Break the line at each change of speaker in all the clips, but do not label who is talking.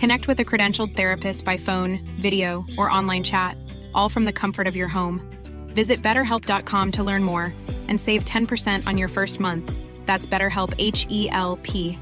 Connect with a credentialed therapist by phone, video, or online chat, all from the comfort of your home. Visit betterhelp.com to learn more and save 10% on your first month. That's BetterHelp H E L P.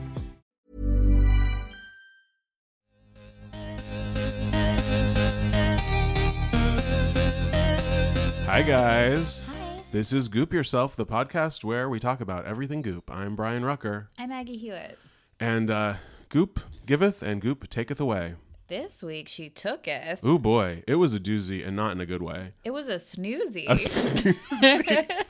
Hi, guys.
Hi,
This is Goop Yourself, the podcast where we talk about everything goop. I'm Brian Rucker,
I'm Maggie Hewitt.
and uh, Goop giveth and Goop taketh away.
This week she took it.
Ooh, boy. It was a doozy and not in a good way.
It was a snoozy.
A snoozy.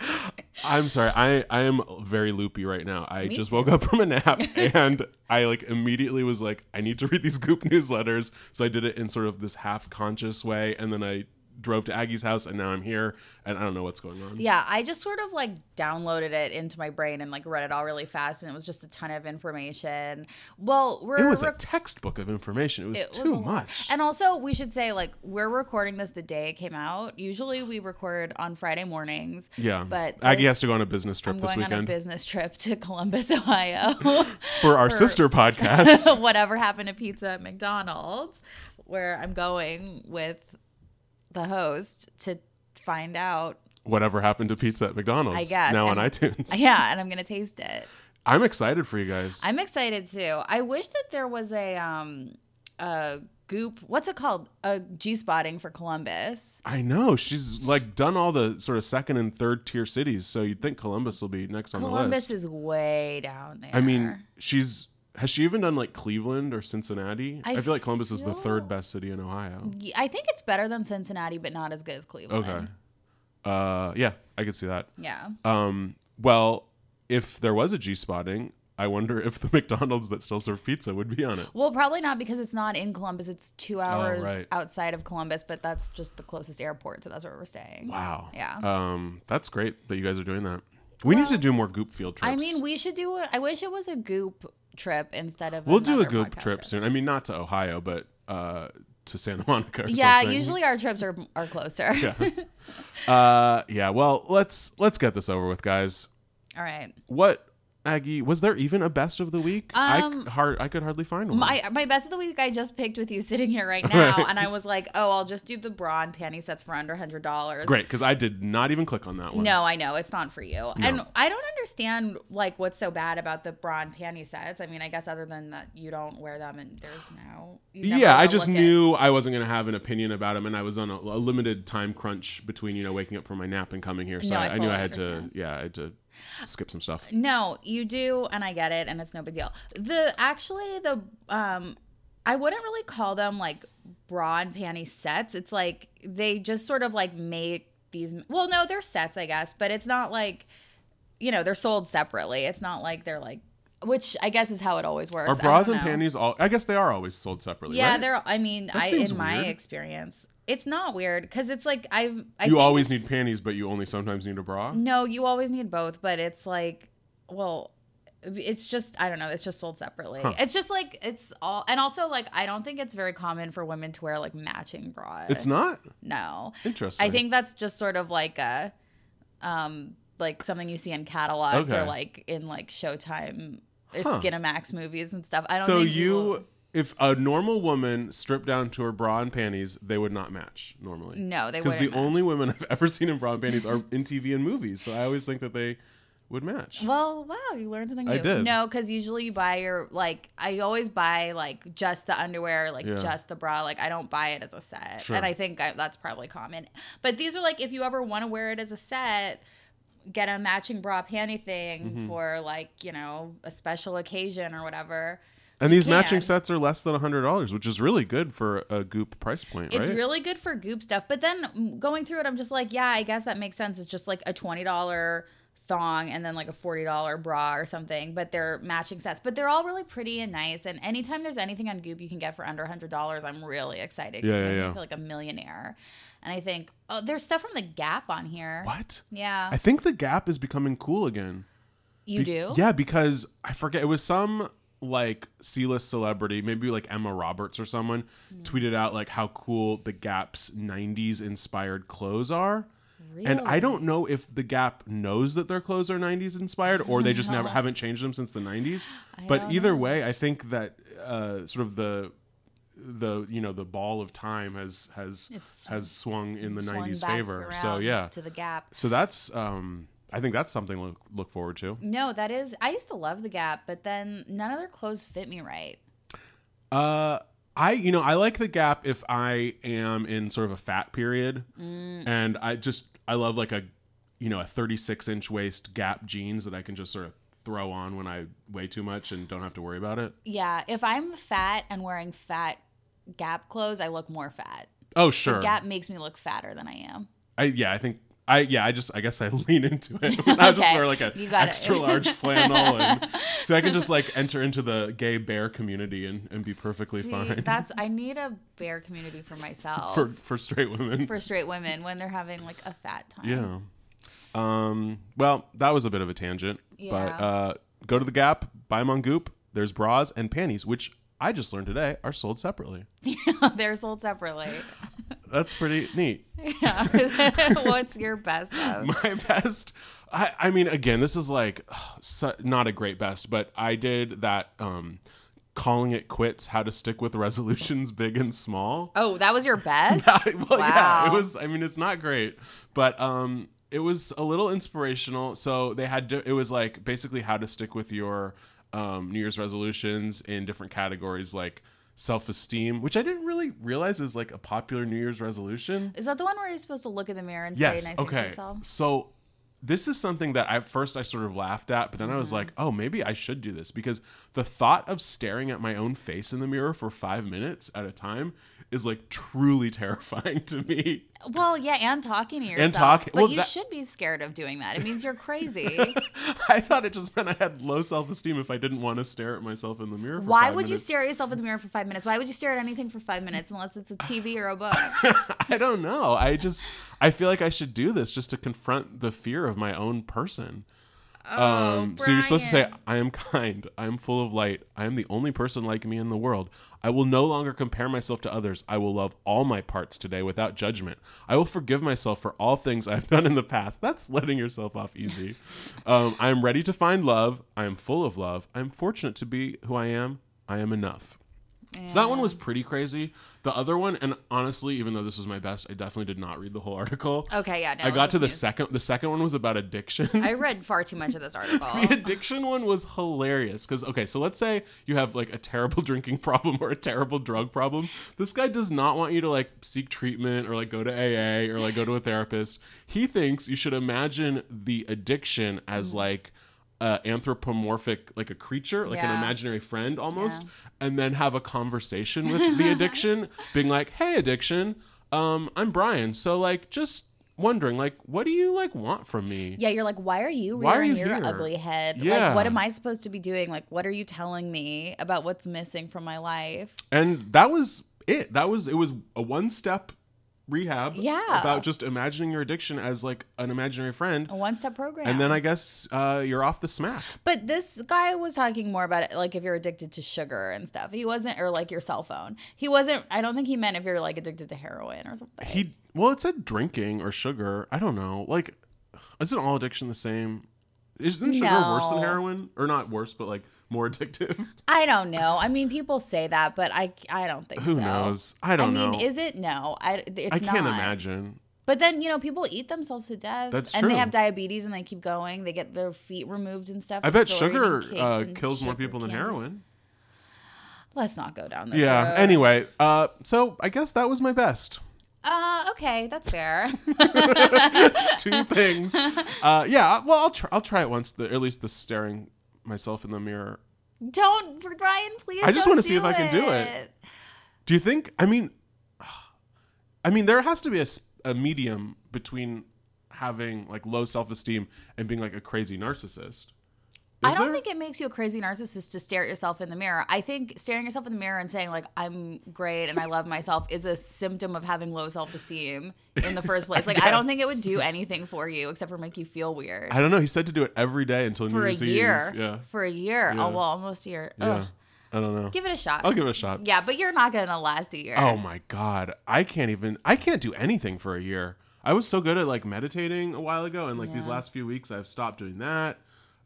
I'm sorry. I, I am very loopy right now. I
Me
just
too.
woke up from a nap and I like immediately was like, I need to read these Goop newsletters. So I did it in sort of this half conscious way. And then I drove to Aggie's house and now I'm here and I don't know what's going on.
yeah, I just sort of like downloaded it into my brain and like read it all really fast, and it was just a ton of information. Well, we're
It was a
rec-
textbook of information. It was
it was
too
a lot.
much.
And also, we should say like we're recording this the day it came out. Usually, we record on Friday mornings.
Yeah.
but
Aggie
this-
has to go on a business trip
I'm
this
going
weekend
on a business trip to Columbus, Ohio.
for our
for-
sister podcast.
whatever happened to pizza at McDonald's, where I'm going with the host to find out.
Whatever happened to pizza at McDonald's?
I guess,
now on
and-
iTunes.
Yeah, and I'm gonna taste it.
I'm excited for you guys.
I'm excited too. I wish that there was a um a goop. What's it called? A G spotting for Columbus.
I know she's like done all the sort of second and third tier cities, so you'd think Columbus will be next on the list.
Columbus is way down there.
I mean, she's has she even done like Cleveland or Cincinnati? I,
I
feel like Columbus is the
feel-
third best city in Ohio.
Y- I think it's better than Cincinnati, but not as good as Cleveland.
Okay. Uh, yeah, I could see that.
Yeah.
Um, well, if there was a G spotting, I wonder if the McDonald's that still serve pizza would be on it.
Well, probably not because it's not in Columbus. It's two hours
Oh, right.
outside of Columbus, but that's just the closest airport, so that's where we're staying.
Wow.
Yeah.
Um, that's great that you guys are doing that. We need to do more goop field trips.
I mean, we should do. A, I wish it was a goop trip instead of.
we'll do a
another
goop
podcast
trip soon. I mean, not to Ohio, but uh, to Santa Monica. Or
Yeah,
something.
usually our trips are are closer.
Uh, yeah. Well, let's let's get this over with, guys.
All right.
What Aggie? Was there even a best of the week? I
Um,
c- hard I could hardly find one.
My my best of the week I just picked with you sitting here right now,
Right.
and I was like, oh, I'll just do the bra and panty sets for under hundred dollars.
Great, because I did not even click on that one.
No, I know it's not for you, and I don't understand like what's so bad about the bra and panty sets. I mean, I guess other than that you don't wear them, and there's no. you never
Yeah, I
wanna
just
look at-
knew I wasn't going to have an opinion about him, and I was on a, a limited time crunch between you know waking up from my nap and coming here, so
No,
I,
I
I knew I
fully
had
understand.
to yeah I had to skip some stuff.
No, you do, and I get it, and it's no big deal. The actually the um, I wouldn't really call them like bra and panty sets. It's like they just sort of like make these. Well, no, they're sets, I guess, but it's not like you know they're sold separately. It's not like they're like, which I guess is how it always works.
Are
I
bras
don't
and
know.
panties all? I guess they are always sold separately.
Yeah,
right?
they're. I mean, I in
seems
my
weird.
experience, it's not weird because it's like I've. I
You
think
always
it's-
need panties, but you only sometimes need a bra.
No, you always need both, but it's like, well, it's just I don't know. It's just sold separately. It's just like it's all, and also like I don't think it's very common for women to wear like matching bras.
It's not
No,
interesting.
I think that's just sort of like a, um, like something you see in catalogs or
Okay.
like in like Showtime There's Skinamax movies and stuff. I don't
So
think
you,
people-
if a normal woman stripped down to her bra and panties, they would not match normally.
No, they
because the
wouldn't match.
only women I've ever seen in bra and panties are in TV and movies. So I always think that they would match.
Well, wow, you learned something new.
I did.
No, because usually you buy your like I always buy like just the underwear, like
Yeah.
just the bra. Like I don't buy it as a set,
Sure.
and I think I, that's probably common. But these are like if you ever want to wear it as a set, get a matching bra panty thing
Mm-hmm.
for like you know a special occasion or whatever.
and these
can.
matching sets are less than hundred dollars, which is really good for a goop price point,
It's
right?
really good for goop stuff. But then mm, going through it, I'm just like, yeah, I guess that makes sense. It's just like a twenty dollar thong and then like a forty dollar bra or something. But they're matching sets. But they're all really pretty and nice. And anytime there's anything on Goop you can get for under hundred dollars, I'm really excited. 'cause
Yeah,
it
yeah,
makes me
yeah.
feel like a millionaire. And I think, oh, there's stuff from the Gap on here.
what?
Yeah,
I think the Gap is becoming cool again.
you
Be-
do.
Yeah, because I forget it was some like C-list celebrity, maybe like Emma Roberts or someone,
Hmm.
tweeted out like how cool the Gap's '90s inspired clothes are. And I don't know if the Gap knows that their clothes are '90s inspired, or they just never haven't changed them since the '90s. But either way, I think that uh, sort of the the you know the ball of time has has
It's
has swung in the
Swung
'90s
back
favor. So
around
yeah,
to the Gap.
so that's um, I think that's something to look, look forward to.
No, that is. I used to love the Gap, but then none of their clothes fit me right.
Uh, I you know I like the Gap if I am in sort of a fat period,
Mm.
and I just I love like a you know a 36 inch waist Gap jeans that I can just sort of throw on when I weigh too much and don't have to worry about it.
Yeah, if I'm fat and wearing fat Gap clothes, I look more fat.
Oh sure,
Gap makes me look fatter than I am.
I yeah I think. I, yeah, I just I guess I lean into it. I just
Okay,
wear like a
you got it.
extra large flannel, and, so I can just like enter into the gay bear community and, and be perfectly
See,
fine
that's I need a bear community for myself
for
for,
for straight women.
straight women when they're having like a fat time.
Yeah. Um, well, that was a bit of a tangent, but
Yeah.
uh, go to the Gap, buy them on Goop. There's bras and panties, which I just learned today are sold separately.
they're sold separately.
That's pretty neat.
Yeah. What's your best of?
My best, I, I mean, again, this is like ugh, su- not a great best, but I did that um, calling it quits, how to stick with resolutions big and small.
Oh, that was your best?
well, yeah, it
Wow.
was. I mean, it's not great, but um, it was a little inspirational. So they had di- it was like basically how to stick with your um, New Year's resolutions in different categories like self-esteem, which I didn't really realize is like a popular New Year's resolution.
Is that the one where you're supposed to look in the mirror and
Yes.
say nice things to
okay.
yourself?
So this is something that I first I sort of laughed at, but then I
Mm-hmm.
was like, oh, maybe I should do this because the thought of staring at my own face in the mirror for five minutes at a time is like truly terrifying to me.
Well, yeah, and talking to yourself.
talk-
but
well,
you
that-
should be scared of doing that. It means you're crazy.
I thought it just meant I had low self esteem if I didn't want to stare at myself in the mirror. For
Why
five
would you
minutes.
stare at yourself in the mirror for five minutes? Why would you stare at anything for five minutes unless it's a TV or a book?
I don't know. I just I feel like I should do this just to confront the fear of my own person. um, so you're supposed to say, "I am kind. I am full of light. I am the only person like me in the world. I will no longer compare myself to others. I will love all my parts today without judgment. I will forgive myself for all things I've done in the past." That's letting yourself off easy. um, I am ready to find love. I am full of love. I am fortunate to be who I am. I am enough. So that one was pretty crazy. The other one, and honestly, even though this was my best, I definitely did not read the whole article.
Okay, yeah, no.
I
it was
got to
just
the
news.
second. The second one was about addiction.
I read far too much of this article.
the addiction one was hilarious because okay, so let's say you have like a terrible drinking problem or a terrible drug problem. This guy does not want you to like seek treatment or like go to AA or like go to a therapist. He thinks you should imagine the addiction as like. Uh, anthropomorphic like a creature like an
Yeah.
imaginary friend almost and then have a conversation with the addiction being like hey addiction um i'm brian so like just wondering like what do you like want from me
yeah, you're like, why are you
Why are
rearing
you
your
here?
ugly head?
Yeah.
Like, what am I supposed to be doing? Like, what are you telling me about what's missing from my life?
and that was it that was it was a one step rehab
Yeah. Oh,
about just imagining your addiction as like an imaginary friend
A one step program.
and then i guess uh, you're off the smack
But this guy was talking more about it, like if you're addicted to sugar and stuff. He wasn't, or like your cell phone. He wasn't, I don't think he meant if you're like addicted to heroin or something.
he well it said drinking or sugar i don't know like isn't all addiction the same Isn't sugar worse than
No.
heroin? Or not worse, but like more addictive?
I don't know. I mean, people say that, but I I don't think
Who
so.
knows? I don't
I mean,
know.
is it? No, I. It's
I can't
not.
imagine.
But then you know, people eat themselves to death.
That's
and
true.
they have diabetes and they keep going. They get their feet removed and stuff.
I
and
bet
still are eating
sugar
cakes
uh,
and
kills more
sugar
people than
candy.
heroin.
Let's not go down this
Yeah.
road.
Anyway, uh, so I guess that was my best.
Uh, okay, that's fair.
two things. Uh, yeah, well, I'll try. I'll try it once. The, at least the staring myself in the mirror.
don't, Brian. Please.
I just
want
wanna
to
see if I can do it. Do you think? I mean, I mean, there has to be a, s- a medium between having like low self esteem and being like a crazy narcissist.
I
Is
don't
there?
think it makes you a crazy narcissist to stare at yourself in the mirror. I think staring yourself in the mirror and saying like I'm great and I love myself is a symptom of having low self-esteem in the first place. Like I don't think it would do anything for you except for make you feel weird.
I don't know. He said to do it every day until New
for a
Year's
year.
Eve. Yeah.
For a year.
Yeah.
Oh well, almost a year.
yeah.
Ugh.
I don't know.
Give it a shot.
I'll give it a shot.
yeah, but you're not gonna last a year.
Oh my god, I can't even. I can't do anything for a year. I was so good at like meditating a while ago, and like these last few weeks, I've stopped doing that.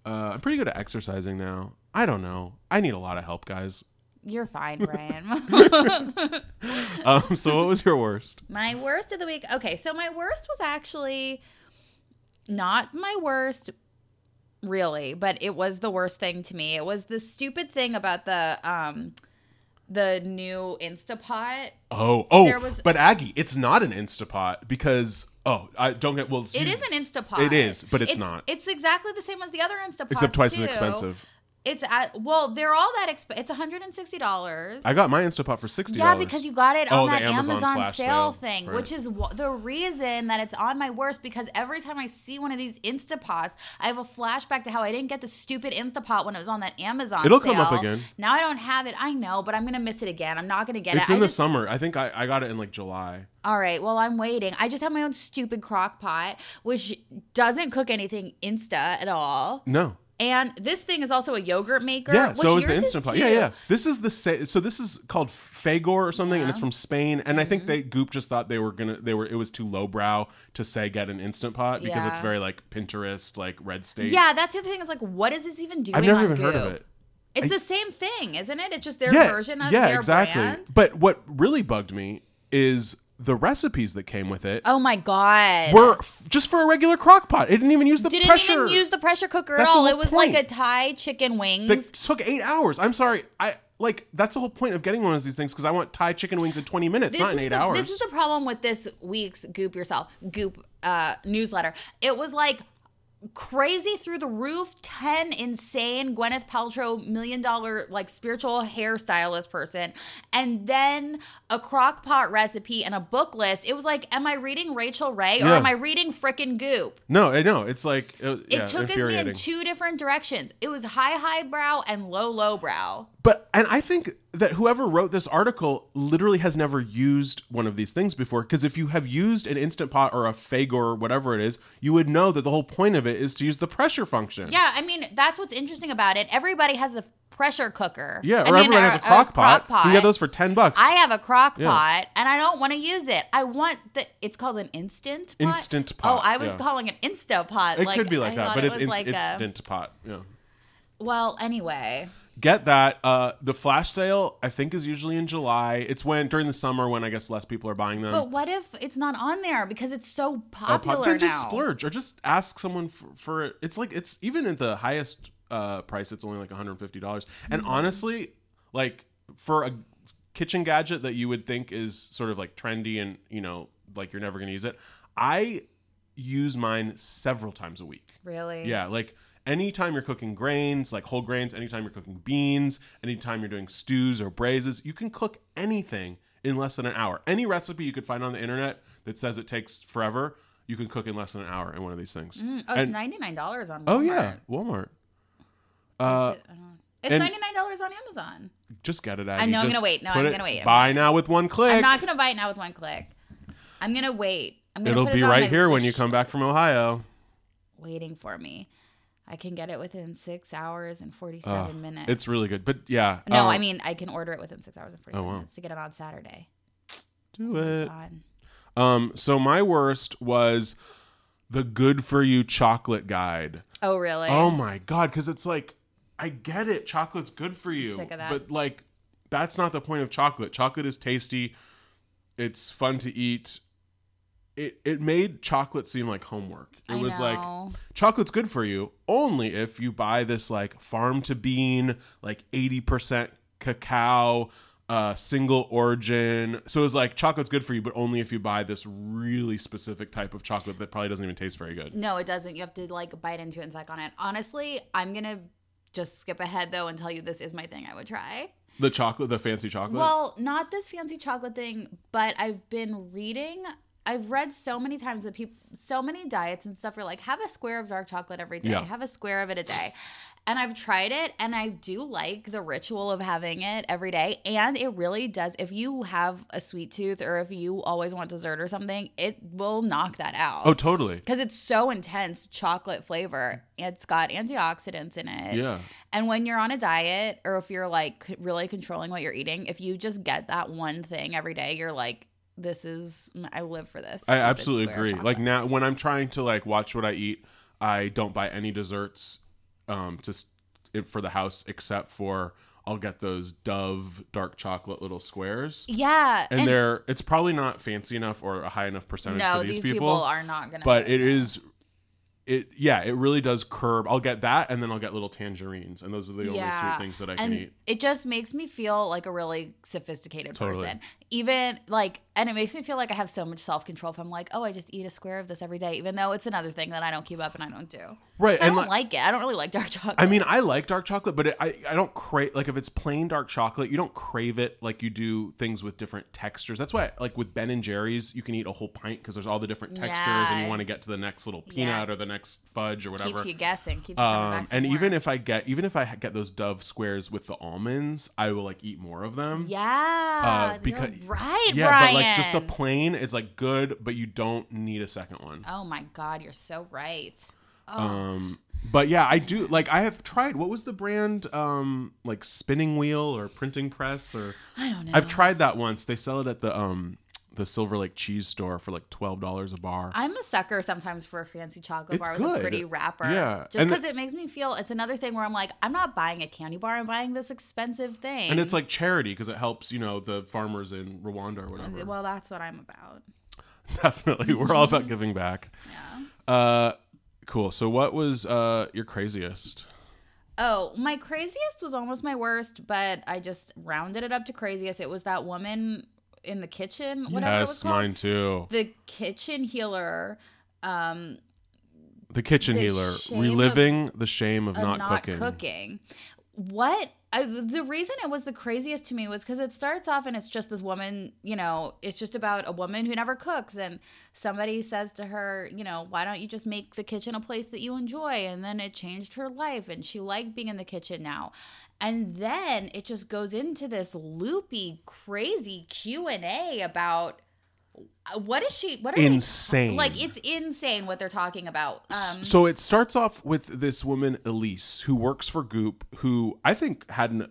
Uh, I'm pretty good at exercising now. I don't know. I need a lot of help, guys.
You're fine, Brian.
Um, so what was your worst?
my worst of the week. Okay, so my worst was actually not my worst really, but it was the worst thing to me. It was the stupid thing about the um the new Instapot.
Oh, oh,
There was-
but Aggie, it's not an Instapot because oh, I don't get. Well, it's
It
you-
is an Instapot.
It is, but it's, not.
It's exactly the same as the other Instapot.
Except twice as expensive.
It's at well, they're all that exp- it's $160.
I got my Instapot for sixty.
Yeah, because you got it
Oh,
on
the
that
Amazon
Amazon,
flash
sale,
sale.
thing,
Right.
which is wh- the reason that it's on my worst because every time I see one of these Instapots, I have a flashback to how I didn't get the stupid Instapot when it was on that Amazon
It'll come up
sale.
again.
Now I don't have it. I know, but I'm going to miss it again. I'm not going to get
It's
it.
in
I
the
just-
summer. I think I, I got it in like July.
all right, well, I'm waiting. I just have my own stupid crock pot, which doesn't cook anything Insta at all.
No,
And this thing is also a yogurt maker.
Yeah,
which
so is the
yours
Instant Pot.
too.
Yeah, yeah. This is the sa- so this is called Fagor or something, and it's from Spain. And I
Mm-hmm.
think they Goop just thought they were gonna they were it was too lowbrow to say get an Instant Pot because it's
Yeah.
very like Pinterest like red state.
Yeah, that's the other thing. Is like, what is this even doing?
I've never
on
even heard of
Goop?
it.
It's the same thing, isn't it? It's just their
yeah,
version of
yeah,
their
exactly.
brand.
But what really bugged me is the recipes that came with it
Oh my god.
were f- just for a regular crock pot. It didn't even use the
didn't
pressure.
even use the pressure cooker
That's
at
the whole
all. It was
point.
like a Thai chicken wings.
that took eight hours. I'm sorry. I like that's the whole point of getting one of these things because I want Thai chicken wings in 20 minutes, not in
is
eight
the,
hours.
This is the problem with this week's Goop Yourself Goop uh, newsletter. It was like crazy through the roof, ten insane Gwyneth Paltrow million dollar like spiritual hairstylist person, and then a crock pot recipe and a book list. It was like, am I reading Rachel Ray or
Yeah.
am I reading frickin' Goop?
No, I know. It's like it,
It
yeah,
took us me
infuriating.
in two different directions. It was high high brow and low low brow.
but and I think that whoever wrote this article literally has never used one of these things before. Because if you have used an instant pot or a Fagor or whatever it is, you would know that the whole point of it is to use the pressure function.
Yeah, I mean that's what's interesting about it. Everybody has a pressure cooker.
Yeah, or
I mean, uh,
everyone has a crock pot. You get those for ten bucks.
I have a crock
Yeah.
pot and I don't want to use it. I want the. It's called an instant pot.
Instant pot,
Oh, I was
yeah.
calling it Insta pot.
it could be like
I
that,
thought
but
it
it's
was
in,
like
it's
a,
instant pot. Yeah.
well, anyway.
Get that. Uh, the flash sale I think is usually in July. It's when during the summer when I guess less people are buying them.
But what if it's not on there because it's so
Or pop-
popular
then Oh, just
now?
splurge or just ask someone for, for it. It's like it's even at the highest uh, price, it's only like one hundred fifty dollars. And
Mm-hmm.
honestly, like for a kitchen gadget that you would think is sort of like trendy and you know like you're never going to use it, I use mine several times a week.
Really?
Yeah, like anytime you're cooking grains, like whole grains, anytime you're cooking beans, anytime you're doing stews or braises, you can cook anything in less than an hour. Any recipe you could find on the internet that says it takes forever, you can cook in less than an hour in one of these things.
Oh, it's
And-
ninety nine dollars on. Walmart.
oh yeah, Walmart. Uh,
It's
and-
ninety nine dollars on Amazon.
just get it out.
I know, I'm gonna wait. No, I'm gonna wait. I'm
Buy now with one click.
I'm not gonna buy it now with one click. I'm gonna wait. I'm gonna
It'll
put
be
it on
right
my
here when you
wish
come back from Ohio.
waiting for me. I can get it within six hours and 47
Oh,
minutes.
It's really good, but yeah.
No,
um,
I mean, I can order it within six hours and 47
wow. Uh,
minutes to get it on Saturday.
do it.
On.
Um, so my worst was the good for you chocolate guide.
Oh, really?
Oh my god, because it's like I get it, chocolate's good for you,
sick of that.
but like that's not the point of chocolate. Chocolate is tasty, it's fun to eat. It it made chocolate seem like homework. It
I
was
know.
like chocolate's good for you only if you buy this like farm to bean, like eighty percent cacao. Uh, single origin. So it was like chocolate's good for you, but only if you buy this really specific type of chocolate that probably doesn't even taste very good.
No, it doesn't. You have to like bite into it and suck on it. Honestly, I'm gonna just skip ahead though and tell you this is my thing I would try.
The chocolate, the fancy chocolate.
Well, not this fancy chocolate thing, but I've been reading. I've read so many times that people, so many diets and stuff are like, have a square of dark chocolate every day,
Yeah.
have a square of it a day. And I've tried it and I do like the ritual of having it every day. And it really does. If you have a sweet tooth or if you always want dessert or something, it will knock that out.
oh, totally.
because it's so intense chocolate flavor. It's got antioxidants in it.
Yeah.
And when you're on a diet or if you're like c- really controlling what you're eating, if you just get that one thing every day, you're like, this is, I live for this.
I
stupid
absolutely
square
agree. Like
chocolate.
now when I'm trying to like watch what I eat, I don't buy any desserts um to s- it- for the house except for I'll get those Dove dark chocolate little squares.
yeah.
And, they're it's probably not fancy enough or a high enough percentage
no,
for these,
these people, are not going to.
but it is it yeah, it really does curb. I'll get that and then I'll get little tangerines and those are the only sweet things that I can
and
eat.
It just makes me feel like a really sophisticated
Totally.
person. Even like, and it makes me feel like I have so much self control if I'm like, oh, I just eat a square of this every day, even though it's another thing that I don't keep up and I don't do. 'Cause
Right,
I
and
don't
like-
like it. I don't really like dark chocolate.
I mean, I like dark chocolate, but it, I I don't crave like if it's plain dark chocolate, you don't crave it like you do things with different textures. That's why like with Ben and Jerry's, you can eat a whole pint because there's all the different textures, and
Yeah.
you want to get to the next little peanut or the next fudge or whatever.
keeps you guessing, keeps you coming
um,
back. for
and
more.
even if I get even if I get those Dove squares with the almonds, I will like eat more of them.
Yeah,
Uh, becau-
you're right,
yeah, but
Brian.
like just the plain, it's like good, but you don't need a second one.
oh my God, you're so right. Oh.
Um, but yeah, I do like I have tried what was the brand um like spinning wheel or printing press or
I don't know.
I've tried that once. They sell it at the um the Silver Lake cheese store for like $12 a bar.
I'm a sucker sometimes for a fancy chocolate
It's
bar with a
good.
pretty wrapper.
Yeah,
Just
and
because
the-
it makes me feel it's another thing where I'm like, I'm not buying a candy bar, I'm buying this expensive thing.
and it's like charity because it helps, you know, the farmers in Rwanda or whatever.
well, that's what I'm about.
Definitely. We're all about giving back. Yeah. Uh cool. So what was uh your craziest?
Oh, my craziest was almost my worst, but I just rounded it up to craziest. It was that woman in the kitchen, whatever it was
yes,
called.
mine too.
The kitchen healer. Um,
The kitchen
The
healer,
shame of-
reliving the shame of,
of
not,
not,
cooking.
cooking. What I, the reason it was the craziest to me was because it starts off and it's just this woman, you know, it's just about a woman who never cooks, and somebody says to her, you know, why don't you just make the kitchen a place that you enjoy? And then it changed her life, and she liked being in the kitchen now. And then it just goes into this loopy, crazy Q and A about uh, what is she? What are they-
Insane.
like it's insane what they're talking about. Um,
so it starts off with this woman Elise who works for Goop who I think had an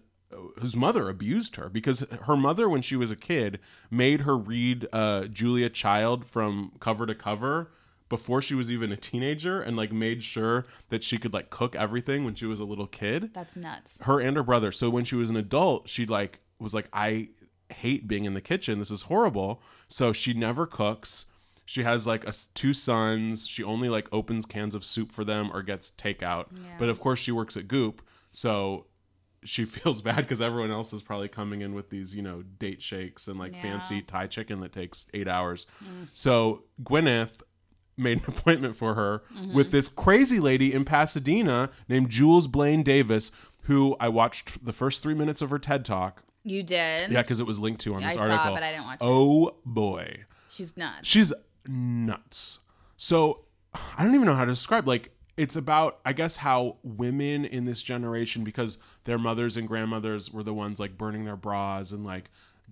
whose mother abused her because her mother when she was a kid made her read uh, Julia Child from cover to cover before she was even a teenager and like made sure that she could like cook everything when she was a little kid
that's nuts.
her and her brother. So when she was an adult, she like was like, I hate being in the kitchen. This is horrible. So she never cooks. She has like a, two sons. She only like opens cans of soup for them or gets takeout. But of course, she works at Goop, so she feels bad because everyone else is probably coming in with these, you know, date shakes and like fancy Thai chicken that takes eight hours. So Gwyneth made an appointment for her
Mm-hmm.
with this crazy lady in Pasadena named Jules Blaine Davis, who I watched the first three minutes of her TED talk.
You did.
Yeah, because it was linked to on
I
this
saw it,
article.
but I didn't watch it.
oh boy,
She's nuts.
she's nuts. So I don't even know how to describe. Like it's about I guess how women in this generation, because their mothers and grandmothers were the ones like burning their bras and like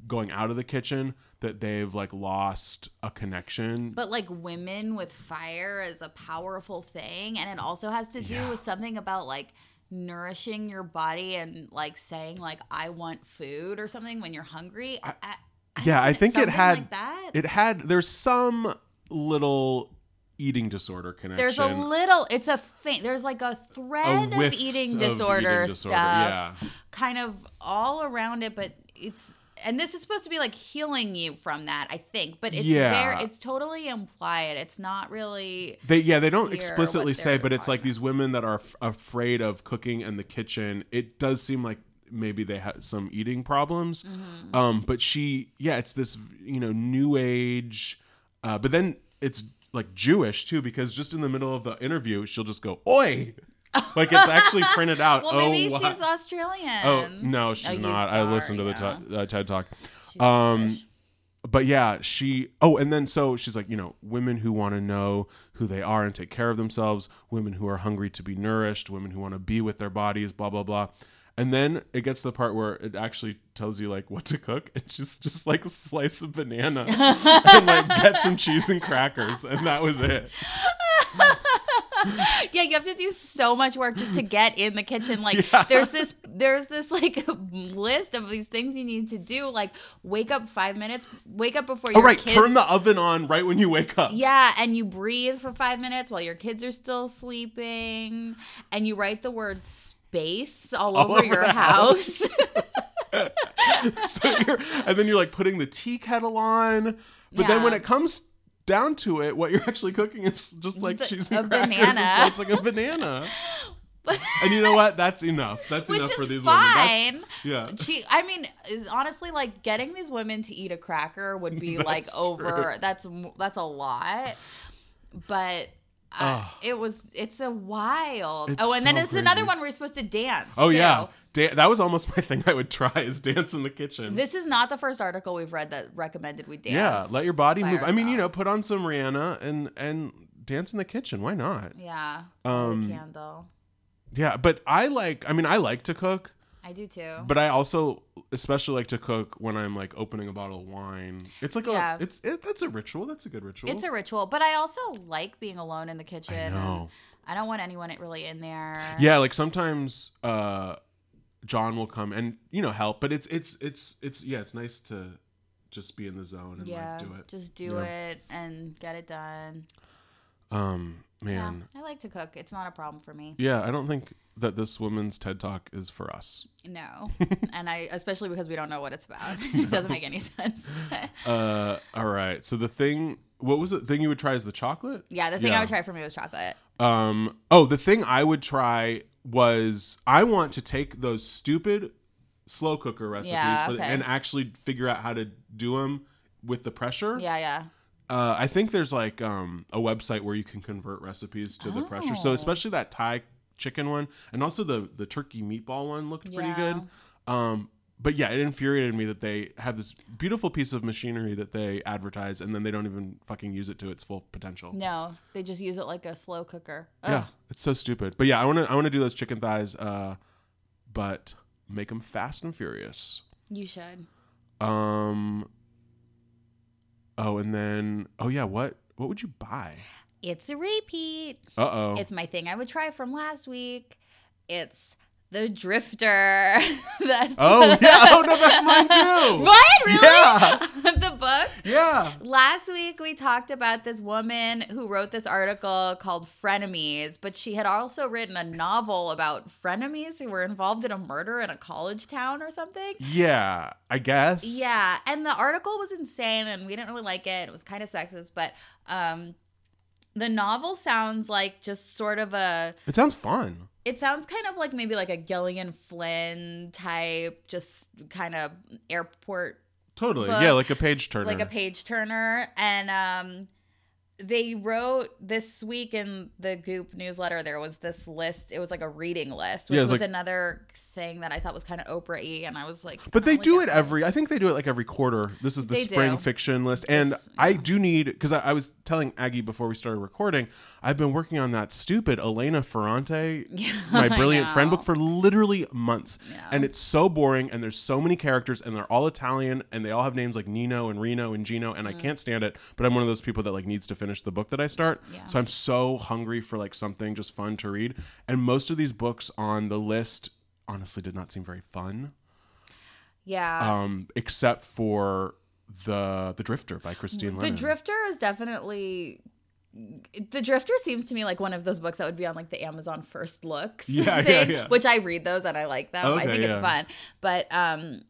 going out of the kitchen, that they've like lost a connection
But like women with fire is a powerful thing. And it also has to do with something about like nourishing your body and like saying like I want food or something when you're hungry. I, I-
yeah i think it
something
had
like that?
it had there's some little eating disorder connection.
There's a little. It's a faint. There's like a thread of
whiff
eating
of
disorder
eating disorder,
stuff,
yeah.
kind of all around it. But it's and this is supposed to be like healing you from that, I think. But it's
Yeah.
very. It's totally implied. It's not really.
They yeah, they don't
clear what
explicitly say,
they're
but it's
talking
like these women that are f- afraid of cooking in the kitchen. It does seem like maybe they had some eating problems.
Mm-hmm.
Um, but she yeah, it's this you know new age, uh, but then it's like Jewish too because just in the middle of the interview, she'll just go oi, like it's actually printed out.
Well, maybe
oh,
she's
wha-
Australian.
oh no, she's
you
not.
saw
I
her,
listened to the
yeah.
t- uh, TED talk. um, but yeah, she. Oh, and then so she's like, you know, women who want to know who they are and take care of themselves, women who are hungry to be nourished, women who want to be with their bodies, blah blah blah. And then it gets to the part where it actually tells you like what to cook, and she's just like slice a banana and like get some cheese and crackers, and that was it.
yeah you have to do so much work just to get in the kitchen like there's this there's this like list of these things you need to do like wake up five minutes wake up before your
All Oh, right,
kids
turn the oven on right when you wake up.
yeah and you breathe for five minutes while your kids are still sleeping and you write the word space all, over,
over
your
the
house,
so you're, and then you're like putting the tea kettle on. But
Yeah.
then when it comes down to it, what you're actually cooking is just like
a-
cheese
a
and crackers
banana.
and slicing a banana. and you know what? That's enough. That's
which
enough for
is
these
fine
women. That's, yeah.
she i mean is honestly like getting these women to eat a cracker would be like
That's
over
true.
that's that's a lot but uh, it was it's a wild
It's
oh and then
so
it's another
crazy.
one where you're supposed to dance
Oh
too.
yeah. Da- that was almost my thing. I would try is dance in the kitchen.
this is not the first article we've read that recommended we dance
yeah. Let your body
by
move. I mean, you know,
ourselves.
put on some Rihanna and and dance in the kitchen. Why not?
yeah
Um,
light a candle
Yeah. But I like. I mean, I like to cook.
i do too
But I also especially like to cook when I'm like opening a bottle of wine. It's like
Yeah.
a it's it, that's a ritual. That's a good ritual.
it's a ritual but i also like being alone in the kitchen and
know.
I don't want anyone really in there
yeah, like sometimes uh John will come and you know help, but it's it's it's it's yeah, it's nice to just be in the zone and
yeah
like do it.
just do
Yeah.
it and get it done
Um man.
Yeah, I like to cook. It's not a problem for me.
Yeah. I don't think that this woman's TED talk is for us.
No. and I especially because we don't know what it's about. it doesn't make any sense.
Uh all right. So the thing what was the thing you would try is the chocolate?
yeah, the thing I
Yeah.
would try for me was chocolate.
Um. Oh, the thing I would try was I want to take those stupid slow cooker recipes
Yeah,
but-
okay.
and actually figure out how to do them with the pressure.
Yeah, yeah.
Uh, I think there's like um a website where you can convert recipes to the pressure.
Oh.
So especially that Thai chicken one, and also the the turkey meatball one looked pretty
Yeah.
good. Um. But yeah, it infuriated me that they have this beautiful piece of machinery that they advertise and then they don't even fucking use it to its full potential.
No, they just use it like a slow cooker. Ugh.
Oh. Yeah, it's so stupid. But yeah, I want to I want to do those chicken thighs, uh, but make them fast and furious.
You should.
Um. Oh, and then oh yeah, what what would you buy?
It's a repeat.
Uh oh.
It's my thing I would try from last week. It's the drifter. That's
Oh yeah. Oh no, that's mine too.
What? Really?
Yeah.
the book?
Yeah.
Last week, we talked about this woman who wrote this article called Frenemies, but she had also written a novel about frenemies who were involved in a murder in a college town or something.
Yeah. I guess.
Yeah, and the article was insane, and we didn't really like it. It was kind of sexist, but um, the novel sounds like just sort of a.
It sounds fun.
It sounds kind of like maybe like a Gillian Flynn type, just kind of airport
Totally.
Book.
yeah, like a page turner.
like a page turner and um they wrote this week in the goop newsletter there was this list it was like a reading list which
Yeah, it
was
was like-
another thing that i thought was kind of oprah-y and i was like
But
oh,
they
we
do
got
it every. I think they do it like every quarter. This is the
They
spring
do.
fiction list, and
This-
I do need because I, I was telling Aggie before we started recording. I've been working on that stupid Elena Ferrante, my
I
brilliant friend
know.
book for literally months, and it's so boring. And there's so many characters, and they're all Italian, and they all have names like Nino and Reno and Gino,
Mm.
and I can't stand it. But I'm one of those people that like needs to finish the book that I start. So I'm so hungry for like something just fun to read, and most of these books on the list honestly did not seem very fun
yeah
um, except for the the Drifter by Christine
the
Lennon.
drifter is definitely The Drifter seems to me like one of those books that would be on like the Amazon first looks
Yeah, yeah,
thing,
yeah.
which I read those and I like them. I
Okay,
think it's
yeah.
fun, but um,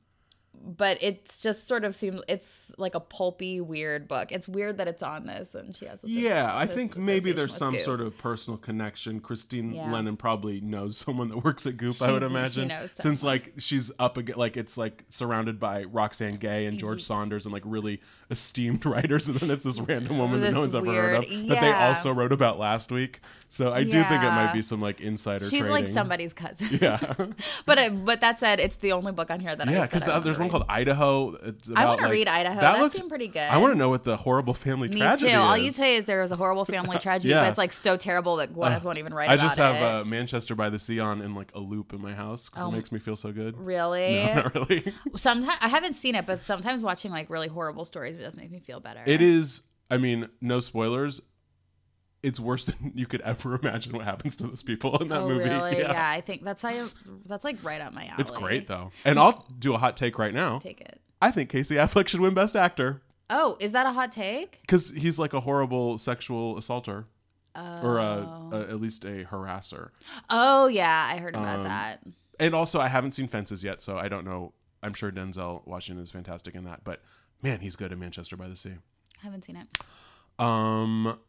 but it's just sort of seems it's like a pulpy, weird book. It's weird that it's on this and she has this.
Yeah, I
this
think maybe
association
there's
with
some
Goop.
sort of personal connection. Christine
Yeah.
Lennon probably knows someone that works at Goop. I
She-
would
she
imagine,
knows
since like she's up again, like it's like surrounded by Roxanne Gay and George
Mm-hmm.
Saunders and like really esteemed writers, and then it's this random woman that
This
no one's ever heard of
weird-
that they
yeah.
also wrote about last week. So I do think it might
Yeah.
be some like insider.
She's
trading.
like somebody's cousin.
Yeah,
but I, but that said, it's the only book on here that
yeah.
I
Because
said I
there's one
wanna
called Idaho. It's
read. I
about,
want to
like-
read Idaho.
That
That,
looks-
seemed pretty good.
I want to know what the horrible family
Me too.
tragedy is.
All you say is there was a horrible family tragedy,
Yeah. Uh,
but it's like so terrible that Gwyneth won't even write
I
about
just have
it. Oh,
Uh, Manchester by the Sea on in like a loop in my house because it makes me feel so good.
really?
No, not really.
Sometimes I haven't seen it, but sometimes watching like really horrible stories does make me feel better.
It is. I mean, no spoilers. It's worse than you could ever imagine. What happens to those people in that
oh,
movie?
Really? Yeah. I think that's how you, that's like right up my alley.
It's great though. And I'll do a hot take right now.
Take it.
I think Casey Affleck should win Best Actor
Oh, is that a hot take?
because he's like a horrible sexual assaulter
Oh.
or uh, a, a, at least a harasser.
oh yeah, I heard about
Um,
that.
And also, I haven't seen Fences yet, so I don't know. I'm sure Denzel Washington is fantastic in that, but man, he's good in Manchester by the Sea.
haven't seen it.
Um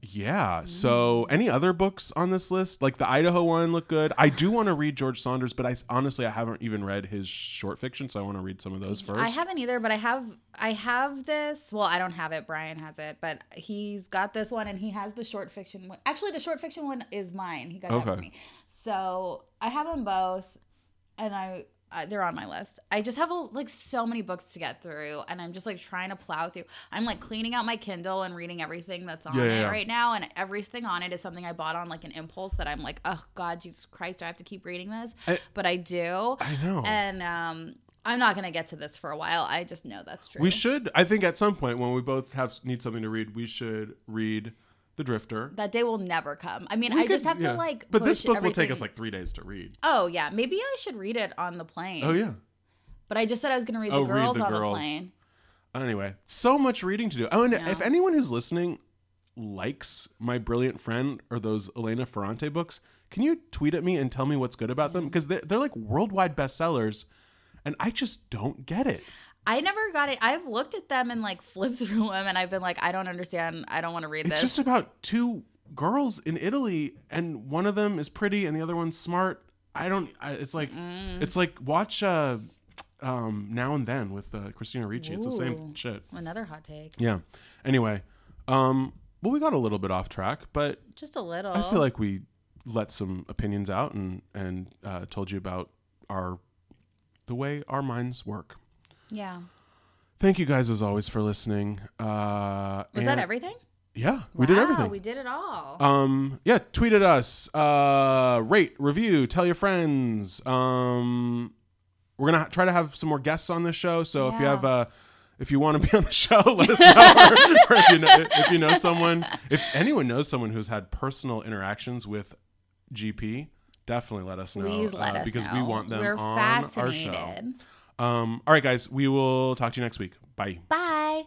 yeah. So any other books on this list? Like the Idaho one look good. I do want to read George Saunders, but I honestly I haven't even read his short fiction, so I want to read some of those first.
I haven't either, but I have I have this. Well, I don't have it. Brian has it, but he's got this one, and he has the short fiction one. Actually, the short fiction one is mine. He got that
Okay.
for me. So I have them both, and I. Uh, they're on my list. I just have a, like so many books to get through, and I'm just like trying to plow through. I'm like cleaning out my Kindle and reading everything that's on
Yeah,
it
yeah, yeah.
right now, and everything on it is something I bought on like an impulse that I'm like, oh God, Jesus Christ, do I have to keep reading this?
I-
but I do.
I know.
And um, I'm not gonna get to this for a while. I just know that's true.
we should I think at some point when we both have need something to read, we should read The Drifter.
that day will never come. I mean,
We
I just
could-
have
yeah.
to like.
But this
push
book will take
everything-
us like 3 days to read.
Oh yeah, maybe I should read it on the plane.
Oh yeah.
But I just said I was gonna read
Oh,
the
read
girls
the
on
girls.
the plane.
Anyway, so much reading to do. Oh, and
Yeah.
if anyone who's listening likes My Brilliant Friend or those Elena Ferrante books, can you tweet at me and tell me what's good about them? Because they're, they're like worldwide bestsellers, and I just don't get it.
I never got it. I've looked at them and like flipped through them, and I've been like, I don't understand. I don't want to read
It's
this.
just about two girls in Italy, and one of them is pretty and the other one's smart. I don't. I, it's like it's like watch uh, um, now and then with uh, Christina Ricci. It's the same
Ooh.
shit.
Another hot take.
Yeah. Anyway, um, well, we got a little bit off track, but
Just a little.
I feel like we let some opinions out and and uh, told you about our the way our minds work.
Yeah.
Thank you guys as always for listening. Uh,
Was that
and-
everything?
Yeah, we did
Wow,
everything.
We did it all.
um, yeah, tweet at us, uh, rate, review, tell your friends. Um, we're gonna ha- try to have some more guests on this show. So if you
Yeah.
have uh, if you want to be on the show, let us know. or, or if, you know, if you know someone, if anyone knows someone who's had personal interactions with GP, definitely let us know.
Please let
uh,
us
because
know.
we want them
We're
on
fascinated.
our show. Um, all right, guys, we will talk to you next week. Bye.
Bye.